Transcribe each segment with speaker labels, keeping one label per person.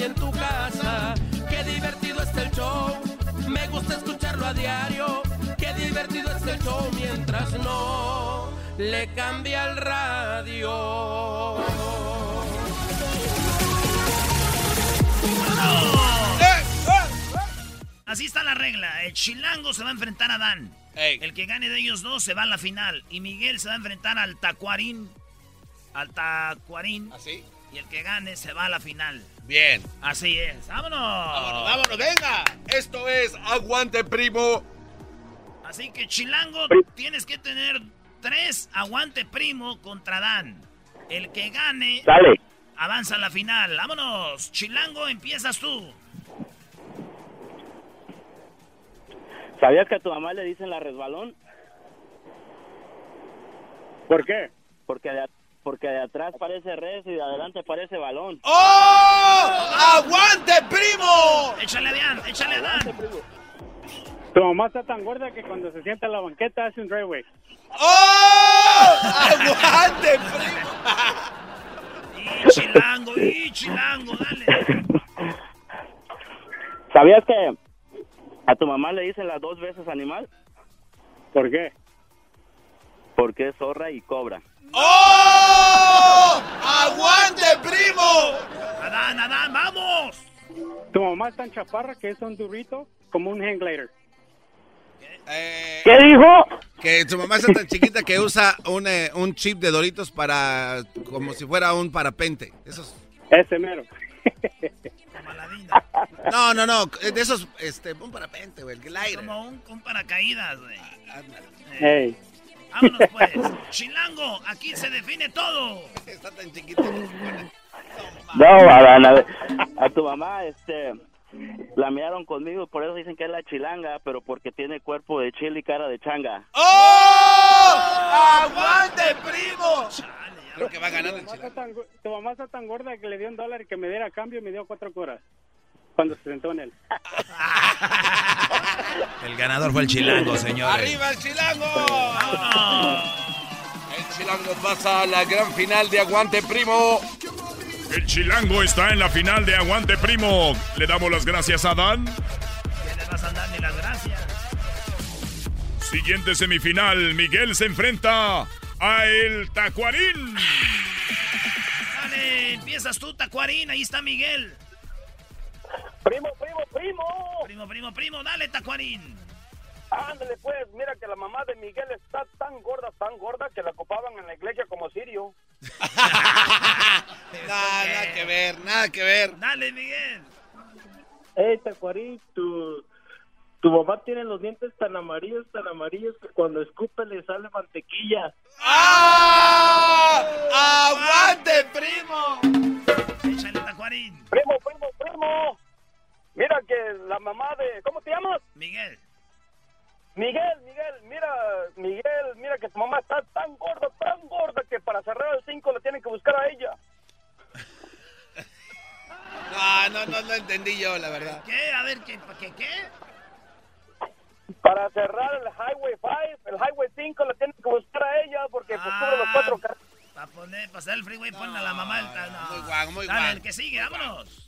Speaker 1: en tu casa. Qué divertido es el show, me gusta escucharlo a diario. Qué divertido es el show mientras no le cambia el radio.
Speaker 2: Así está la regla. El chilango se va a enfrentar a Dan.
Speaker 3: Ey.
Speaker 2: El que gane de ellos dos se va a la final. Y Miguel se va a enfrentar al Tacuarín. Al Tacuarín.
Speaker 3: ¿Así?
Speaker 2: Y el que gane se va a la final.
Speaker 3: Bien.
Speaker 2: Así es. ¡Vámonos!
Speaker 3: Vámonos, vámonos, venga. Esto es Aguante Primo.
Speaker 2: Así que Chilango, tienes que tener tres aguante primo contra Dan. El que gane
Speaker 4: Dale.
Speaker 2: avanza a la final. Vámonos, Chilango, empiezas tú.
Speaker 4: ¿Sabías que a tu mamá le dicen la resbalón? ¿Por qué? Porque de, a- porque de atrás parece res y de adelante parece balón.
Speaker 3: ¡Oh! ¡Aguante Primo!
Speaker 2: Échale a Dan, échale a Dan.
Speaker 5: Tu mamá está tan gorda que cuando se sienta en la banqueta hace un driveway.
Speaker 3: ¡Oh! ¡Aguante Primo!
Speaker 2: Y Chilango, y Chilango, dale.
Speaker 4: ¿Sabías que a tu mamá le dicen las dos veces animal?
Speaker 5: ¿Por qué?
Speaker 4: Porque es zorra y cobra.
Speaker 3: ¡Oh! ¡Aguante Primo!
Speaker 2: A Dan, a Dan, vamos.
Speaker 5: Tu mamá es tan chaparra que es un durito como un hang glider.
Speaker 3: Eh,
Speaker 4: ¿Qué dijo?
Speaker 6: Que su mamá está tan chiquita que usa un, eh, un chip de Doritos para. como si fuera un parapente. Esos.
Speaker 5: Ese mero.
Speaker 2: Maladina.
Speaker 6: No, no, no. De esos. Este, un parapente, güey. El glider.
Speaker 2: Como un, un paracaídas, güey.
Speaker 6: Ándale.
Speaker 4: Eh.
Speaker 5: Ey.
Speaker 2: Vámonos, pues. Chilango, aquí se define todo.
Speaker 6: Está tan chiquita que se pone-
Speaker 4: No, Adán, a, a tu mamá, este, la miraron conmigo, por eso dicen que es la chilanga, pero porque tiene cuerpo de chile y cara de changa.
Speaker 3: ¡Oh! ¡Aguante Primo!
Speaker 2: Dale, ya.
Speaker 6: Creo que va ganando
Speaker 5: Tu
Speaker 6: el
Speaker 5: mamá, está
Speaker 6: chilango.
Speaker 5: tan, go- tu mamá está tan gorda que le dio un dólar y que me diera cambio y me dio cuatro coras. Cuando se sentó en él.
Speaker 7: El ganador fue el chilango, señores.
Speaker 3: ¡Arriba el chilango!
Speaker 2: Vámonos.
Speaker 3: El chilango pasa a la gran final de Aguante Primo.
Speaker 8: El Chilango está en la final de Aguante Primo. Le damos las gracias a Dan.
Speaker 2: Ya le vas a dar ni las gracias.
Speaker 8: Siguiente semifinal, Miguel se enfrenta a el Tacuarín.
Speaker 2: Dale, empiezas tú, Tacuarín. Ahí está Miguel.
Speaker 4: Primo, primo, primo.
Speaker 2: Primo, primo, primo, dale, Tacuarín.
Speaker 4: Ándale pues, mira que la mamá de Miguel está tan gorda, tan gorda que la copaban en la iglesia como sirio.
Speaker 6: Nada, nada que ver, nada que ver.
Speaker 2: Dale, Miguel.
Speaker 9: Ey, Tacuarín, tu, tu mamá tiene los dientes tan amarillos, tan amarillos que cuando escupe le sale mantequilla.
Speaker 3: ¡Ah! ¡Aguante Primo!
Speaker 2: Échale, Tacuarín.
Speaker 4: Primo, primo, primo. Mira que la mamá de, ¿cómo te llamas?
Speaker 2: Miguel.
Speaker 4: Miguel, Miguel, mira, Miguel, mira que tu mamá está tan gorda, tan gorda que para cerrar el 5 la tienen que buscar a ella.
Speaker 6: No, no, no, no entendí yo, la verdad.
Speaker 2: ¿Qué? A ver, ¿qué? ¿Qué? qué?
Speaker 4: Para cerrar el Highway 5, el Highway 5 la tienen que buscar a ella porque pues cubre los cuatro carriles.
Speaker 2: Para Ah, poner, pasar el freeway, ponle a la mamá. el ta- no.
Speaker 6: muy guango, muy
Speaker 2: Dale,
Speaker 6: guango.
Speaker 2: el que sigue, vámonos.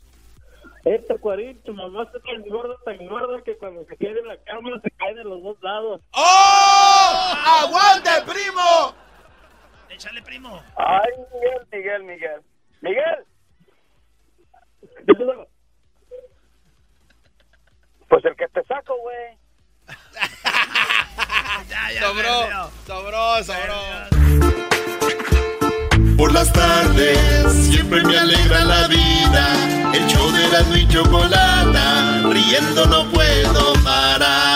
Speaker 9: Ey, Tacuarín, Este tu mamá está tan gorda, tan gorda que cuando se cae de la cama se cae de los dos lados.
Speaker 3: ¡Oh! ¡Aguante Primo!
Speaker 2: Échale, primo.
Speaker 4: Ay, Miguel, Miguel, Miguel. Miguel, pues el que te saco, güey.
Speaker 2: Ya, ya,
Speaker 6: Sobró,
Speaker 2: perdió.
Speaker 6: sobró, sobró.
Speaker 10: Por las tardes siempre me alegra la vida. El show de la y chocolata, riendo no puedo parar.